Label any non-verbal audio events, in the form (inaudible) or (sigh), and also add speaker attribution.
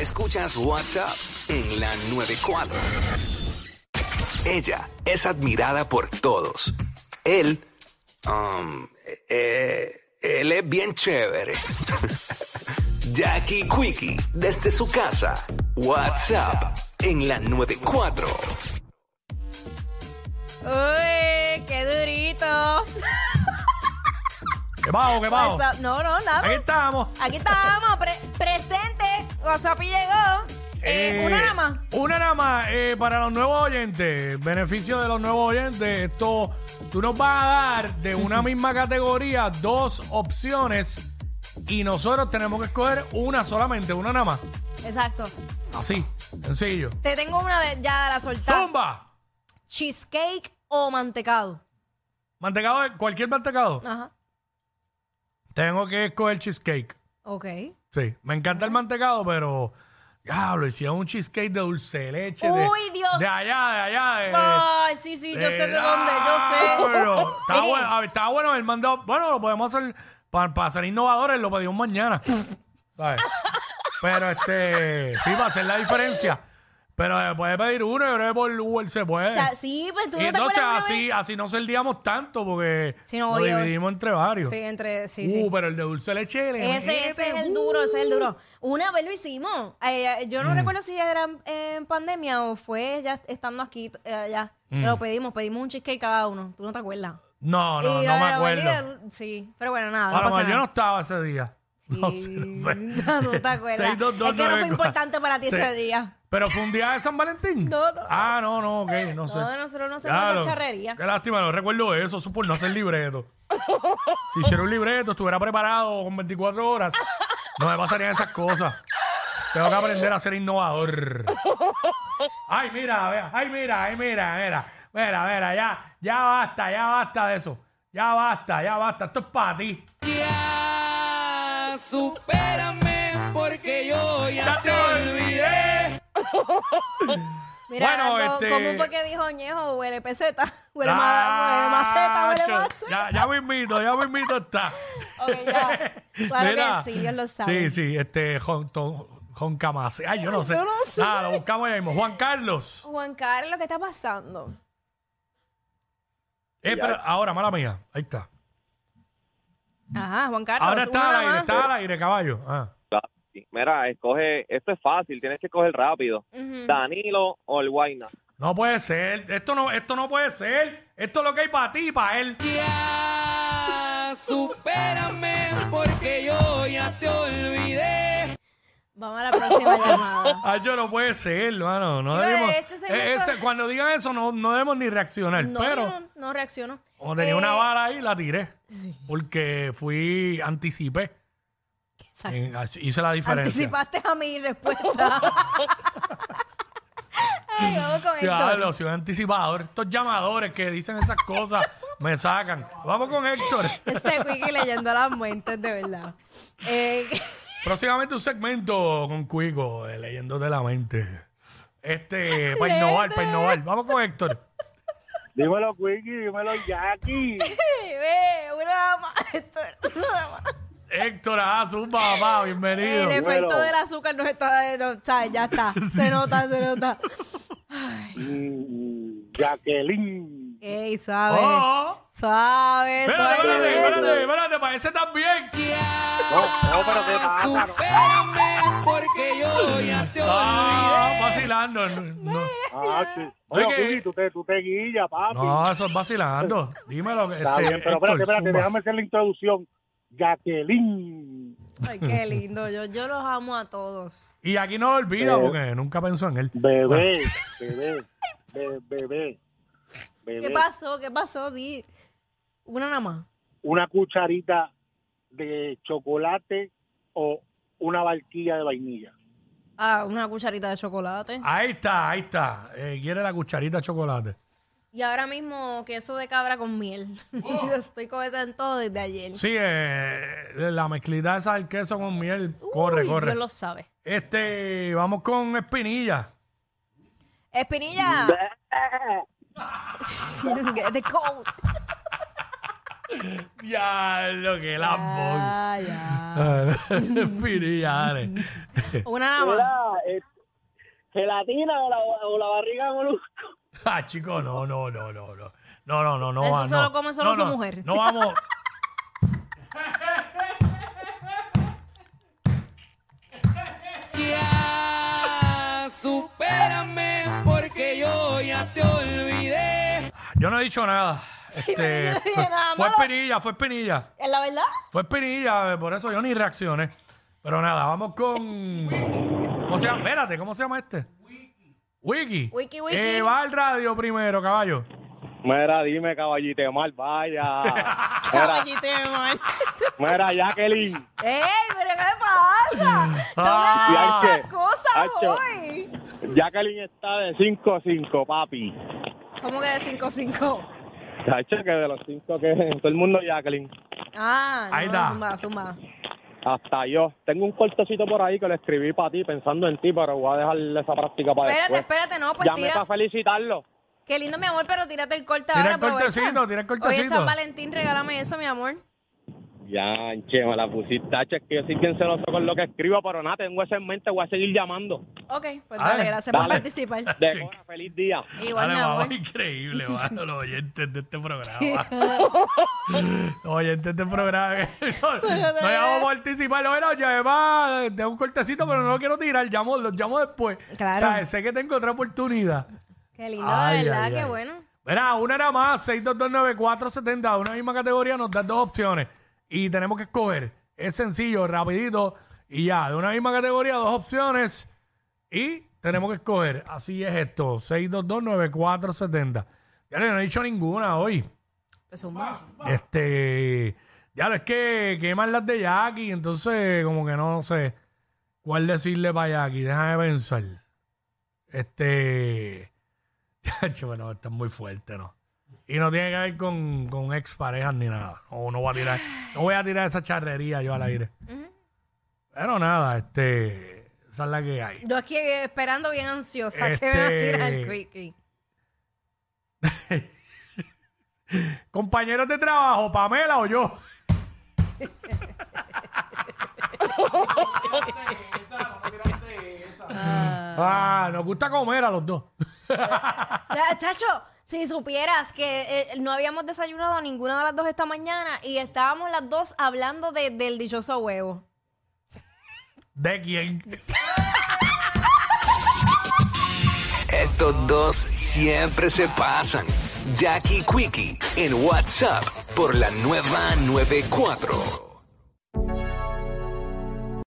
Speaker 1: Escuchas WhatsApp en la 94. Ella es admirada por todos. Él, um, eh, él es bien chévere. (laughs) Jackie Quickie, desde su casa. WhatsApp en la 94.
Speaker 2: Uy, qué durito.
Speaker 3: ¿Qué bajo, qué bajo?
Speaker 2: Whatsapp- No, no, nada.
Speaker 3: Aquí estamos.
Speaker 2: Aquí estábamos, pre- presente. WhatsApp y llegó. Eh,
Speaker 3: Eh,
Speaker 2: una nada más.
Speaker 3: Una nada más eh, para los nuevos oyentes. Beneficio de los nuevos oyentes. Esto, tú nos vas a dar de una misma categoría dos opciones y nosotros tenemos que escoger una solamente, una nada más.
Speaker 2: Exacto.
Speaker 3: Así, sencillo.
Speaker 2: Te tengo una vez ya la soltada.
Speaker 3: ¡Zumba!
Speaker 2: Cheesecake o mantecado.
Speaker 3: Mantecado, de- cualquier mantecado.
Speaker 2: Ajá.
Speaker 3: Tengo que escoger cheesecake.
Speaker 2: Ok.
Speaker 3: Sí, me encanta el mantecado, pero. Diablo, hicieron un cheesecake de dulce de leche. de-
Speaker 2: Uy, Dios.
Speaker 3: De allá, de allá. De,
Speaker 2: Ay, sí, sí, yo sé de dónde, yo sé.
Speaker 3: Diablo. Está
Speaker 2: Ey.
Speaker 3: bueno, a ver, está bueno el mandado. Bueno, lo podemos hacer para, ser innovadores, lo pedimos mañana. ¿Sabes? Pero este, sí, para hacer la diferencia. Pero eh, puede pedir uno, yo creo que por Uber se puede.
Speaker 2: O sea, sí, pues tú no te
Speaker 3: y entonces
Speaker 2: acuerdas una
Speaker 3: así,
Speaker 2: vez?
Speaker 3: así no saldríamos tanto porque
Speaker 2: Sí, no,
Speaker 3: lo
Speaker 2: oye, oye.
Speaker 3: dividimos entre varios.
Speaker 2: Sí, entre. Sí,
Speaker 3: uh,
Speaker 2: sí.
Speaker 3: pero el de dulce de leche. le
Speaker 2: Ese, ese es
Speaker 3: mete,
Speaker 2: el
Speaker 3: uh.
Speaker 2: duro, ese es el duro. Una vez lo hicimos. Eh, eh, yo no
Speaker 3: Mm.
Speaker 2: recuerdo si era en- en pandemia o fue ya estando aquí, eh, allá. Lo pedimos, pedimos un cheesecake cada uno. ¿Tú no te acuerdas?
Speaker 3: Mm. No, no,
Speaker 2: Y
Speaker 3: no me
Speaker 2: la
Speaker 3: acuerdo.
Speaker 2: verdad, Sí, pero bueno, nada,
Speaker 3: Ahora,
Speaker 2: no pasa
Speaker 3: yo no
Speaker 2: nada.
Speaker 3: estaba ese día. (laughs) No sé, no sé.
Speaker 2: (laughs) no, no te
Speaker 3: (laughs)
Speaker 2: acuerdas.
Speaker 3: 622
Speaker 2: es que no fue
Speaker 3: 94.
Speaker 2: importante para ti
Speaker 3: Sí.
Speaker 2: ese día.
Speaker 3: Pero fue un día de San Valentín.
Speaker 2: No, no.
Speaker 3: Ah, no, no, ok, no sé.
Speaker 2: No, nosotros no hacemos esa
Speaker 3: Claro.
Speaker 2: charrería.
Speaker 3: Qué lástima, no recuerdo eso, eso por no hacer libreto. si hiciera un libreto, estuviera preparado con 24 horas, no me pasarían esas cosas. Tengo que aprender a ser innovador. Ay, mira, vea, ay, mira, ay, mira, mira. Mira, mira, ya, ya basta, ya basta de eso. Ya basta, ya basta, esto es para ti.
Speaker 4: Ya, supérame porque yo ya
Speaker 3: Ya
Speaker 4: te
Speaker 3: te olvidé.
Speaker 4: olvidé.
Speaker 2: Mira,
Speaker 3: Bueno,
Speaker 2: Nando,
Speaker 3: este-
Speaker 2: ¿cómo fue que dijo Ñejo? Huele peseta, (laughs) huele, ma- huele maceta,
Speaker 3: Ah,
Speaker 2: huele
Speaker 3: cho,
Speaker 2: maceta.
Speaker 3: Ya, ya me invito, ya me invito está.
Speaker 2: Ok,
Speaker 3: (laughs)
Speaker 2: ya. (laughs) Claro
Speaker 3: Mira,
Speaker 2: que sí, Dios lo sabe.
Speaker 3: Sí, sí, este, Jon Ton- Jon Camase. Ay, yo no sé.
Speaker 2: yo no sé.
Speaker 3: Ah, lo buscamos ahí mismo. Juan Carlos.
Speaker 2: Juan Carlos, ¿qué está pasando?
Speaker 3: Eh, pero ahora, mala mía. Ahí está.
Speaker 2: Ajá, Juan Carlos.
Speaker 3: Ahora
Speaker 2: una
Speaker 3: está al aire,
Speaker 2: más.
Speaker 3: está al aire, caballo. Ah.
Speaker 5: Claro, sí. Mira, escoge, esto es fácil, tienes que coger rápido.
Speaker 2: Ujú.
Speaker 5: Danilo o el Guayna.
Speaker 3: No puede ser. Esto no, esto no puede ser. Esto es lo que hay para ti y para él.
Speaker 4: Ya, supérame porque yo ya te olvidé.
Speaker 2: Vamos a la
Speaker 3: (laughs)
Speaker 2: próxima llamada.
Speaker 3: Ay, yo no puede ser, hermano. No
Speaker 2: Mira,
Speaker 3: debemos-
Speaker 2: este segmento-
Speaker 3: eh, ese- cuando digan eso, no, no debemos ni reaccionar.
Speaker 2: No,
Speaker 3: pero.
Speaker 2: no, no reacciono.
Speaker 3: Como tenía
Speaker 2: Eh,
Speaker 3: una vara ahí, la tiré. Porque fui, anticipé.
Speaker 2: Exacto.
Speaker 3: En- así- hice la diferencia.
Speaker 2: Anticipaste a mi respuesta.
Speaker 3: (laughs)
Speaker 2: Ay, vamos con esto.
Speaker 3: Diablo, soy un anticipador. Estos llamadores que dicen esas cosas me sacan. Vamos con Héctor.
Speaker 2: Este Quickie leyendo las muentes, de verdad. Eh, (laughs)
Speaker 3: Próximamente un segmento con Cuico, de leyendo de la mente. Este, para
Speaker 2: Leyendo
Speaker 3: innovar,
Speaker 2: de-
Speaker 3: para innovar. Vamos con Héctor.
Speaker 6: Dímelo, Quickie, dímelo, Jackie.
Speaker 2: ve, una dama. Esto, una dama.
Speaker 3: Héctor, ah, zumba, papá, bienvenido.
Speaker 2: El efecto
Speaker 6: Bueno.
Speaker 2: del azúcar no está. No, está, ya
Speaker 3: (laughs)
Speaker 2: está. Se nota, se nota.
Speaker 6: Mm, Jacqueline.
Speaker 2: Ey, suave.
Speaker 3: Oh,
Speaker 2: Suave,
Speaker 3: espérate,
Speaker 2: suave.
Speaker 3: espérate, espérate,
Speaker 2: suave.
Speaker 3: espérate, para ese también.
Speaker 6: No, no, pero qué
Speaker 4: Ya,
Speaker 6: pasa, no.
Speaker 4: supérame porque yo ya te olvidé.
Speaker 3: Ah, vacilando. no, no.
Speaker 6: Ah, sí.
Speaker 3: Oye,
Speaker 6: Pero,
Speaker 3: que-
Speaker 6: Quickie, tú te, tú te guillas, papi.
Speaker 3: No, este, eso es vacilando. Dímelo. que
Speaker 6: Está bien, pero espérate, espérate, déjame hacer la introducción. Jacqueline.
Speaker 2: Ay, qué lindo. Yo, yo los amo a todos.
Speaker 3: Y aquí no lo olvida
Speaker 6: Eh.
Speaker 3: porque nunca pensó en él.
Speaker 6: Bebé, bebé, be- bebé,
Speaker 2: ¿Qué
Speaker 6: bebé.
Speaker 2: pasó? ¿Qué pasó? Di una nada más.
Speaker 6: Una cucharita de chocolate o una barquilla de vainilla.
Speaker 2: Ah, una cucharita de chocolate.
Speaker 3: Ahí está, ahí está. Eh, quiere la cucharita de chocolate.
Speaker 2: Y ahora mismo queso de cabra con miel. (laughs)
Speaker 3: Oh.
Speaker 2: Yo estoy con eso en todo desde ayer.
Speaker 3: Sí, eh, la mezclita esa del queso con miel. corre,
Speaker 2: Uy,
Speaker 3: corre.
Speaker 2: Dios lo sabe.
Speaker 3: Este, vamos con Espinilla.
Speaker 6: (laughs)
Speaker 2: (laughs) Espinilla. Sí, get the cold.
Speaker 3: Diablo, que lambón.
Speaker 2: Ah, ya.
Speaker 3: (laughs) Piri, dale.
Speaker 2: Una nada más.
Speaker 6: Hola, eh, gelatina o la, o la barriga de molusco.
Speaker 3: (laughs) Ah, chico, no, no, no, no, no. No, no, no, no.
Speaker 2: Eso
Speaker 3: va,
Speaker 2: solo
Speaker 3: no.
Speaker 2: comen solo
Speaker 3: No,
Speaker 2: su
Speaker 3: no,
Speaker 2: mujer. (laughs)
Speaker 3: No vamos.
Speaker 4: Ya, supérame porque yo ya te olvidé.
Speaker 3: Yo no he dicho nada. Este,
Speaker 2: no dije nada
Speaker 3: fue
Speaker 2: malo.
Speaker 3: Espinilla, fue Espinilla.
Speaker 2: ¿Es la verdad?
Speaker 3: Fue Espinilla, eh, por eso yo ni reaccioné. Pero nada, vamos con. ¿Cómo se llama? Espérate, ¿cómo se llama este? Wiki.
Speaker 2: Wiki, wiki.
Speaker 3: Eh, va al radio primero, caballo.
Speaker 5: Mira, dime, caballito de mal,
Speaker 6: (laughs)
Speaker 5: vaya. Mira,
Speaker 2: Caballito de mal.
Speaker 5: mira, Jacqueline.
Speaker 2: ¡Ey, pero qué me pasa! ¡No me
Speaker 3: Ah.
Speaker 2: hagas estas cosas
Speaker 5: Hacho.
Speaker 2: hoy!
Speaker 5: Jacqueline está de 5-5, papi.
Speaker 2: ¿Cómo que de 5-5?
Speaker 5: Chacho, que de los 5 que (laughs) todo el mundo Jacqueline.
Speaker 2: Ah,
Speaker 3: Ahí
Speaker 2: no,
Speaker 3: está.
Speaker 2: Zumba, zumba.
Speaker 5: Hasta yo. Tengo un cortocito por ahí que lo escribí para ti, pensando en ti, pero voy a dejar esa práctica para
Speaker 2: Espérate,
Speaker 5: después.
Speaker 2: espérate, no, pues
Speaker 5: Llamé
Speaker 2: tira.
Speaker 5: para felicitarlo.
Speaker 2: Qué lindo, mi amor, pero tírate el corte
Speaker 3: Tira
Speaker 2: ahora.
Speaker 3: el cortecito,
Speaker 2: aprovecha.
Speaker 3: tira el
Speaker 2: Oye,
Speaker 3: cortecito.
Speaker 2: San Valentín, regálame eso, mi amor.
Speaker 5: Ya, che, me la pusiste, tacho, es que yo soy bien celoso con lo que escribo, pero nada, tengo eso en mente, voy a seguir llamando.
Speaker 2: Ok, pues
Speaker 3: Dale,
Speaker 2: dale, gracias por
Speaker 5: dale.
Speaker 2: participar.
Speaker 5: De
Speaker 3: Sí.
Speaker 5: Cora, feliz día.
Speaker 2: Igual,
Speaker 3: Dale,
Speaker 2: mi
Speaker 3: guau,
Speaker 2: amor.
Speaker 3: increíble,
Speaker 2: (laughs)
Speaker 3: mano, los oyentes de este programa. los oyentes de este programa. (laughs) no, no llamamos a participar. Bueno, además, tengo un cortecito, pero no lo quiero tirar. Llamo, los llamo después.
Speaker 2: Claro.
Speaker 3: O sea, sé que tengo otra oportunidad.
Speaker 2: Qué lindo,
Speaker 3: Ay,
Speaker 2: de verdad,
Speaker 3: ay,
Speaker 2: qué
Speaker 3: ay.
Speaker 2: bueno.
Speaker 3: Verá, una era más, 6229470, una misma categoría, nos dan dos opciones y tenemos que escoger. Es sencillo, rapidito y ya, de una misma categoría, dos opciones y tenemos que escoger. Así es esto, 6229470. Ya le no he dicho ninguna hoy.
Speaker 2: Pues zumba.
Speaker 3: Este, ya lo es que queman las de Jackie, entonces como que no sé cuál decirle para Jackie, déjame pensar. Este, (laughs) Chacho, bueno, está muy fuerte, ¿no? Y no tiene que ver con, con exparejas ni nada. No, no voy a tirar, no voy a tirar esa charrería yo al aire. Pero nada, este, esa es la que hay.
Speaker 2: Yo aquí eh, esperando bien ansiosa que me va a
Speaker 3: Este-
Speaker 2: tirar el quickie.
Speaker 3: Compañeros de trabajo, Pamela o yo. Ah, nos gusta comer a los dos.
Speaker 2: (laughs) Ya, Chacho, si supieras que eh, no habíamos desayunado ninguna de las dos esta mañana y estábamos las dos hablando de- del dichoso huevo.
Speaker 3: ¿De quién?
Speaker 1: Estos dos siempre se pasan. Jackie Quickie en WhatsApp por la nueva 94.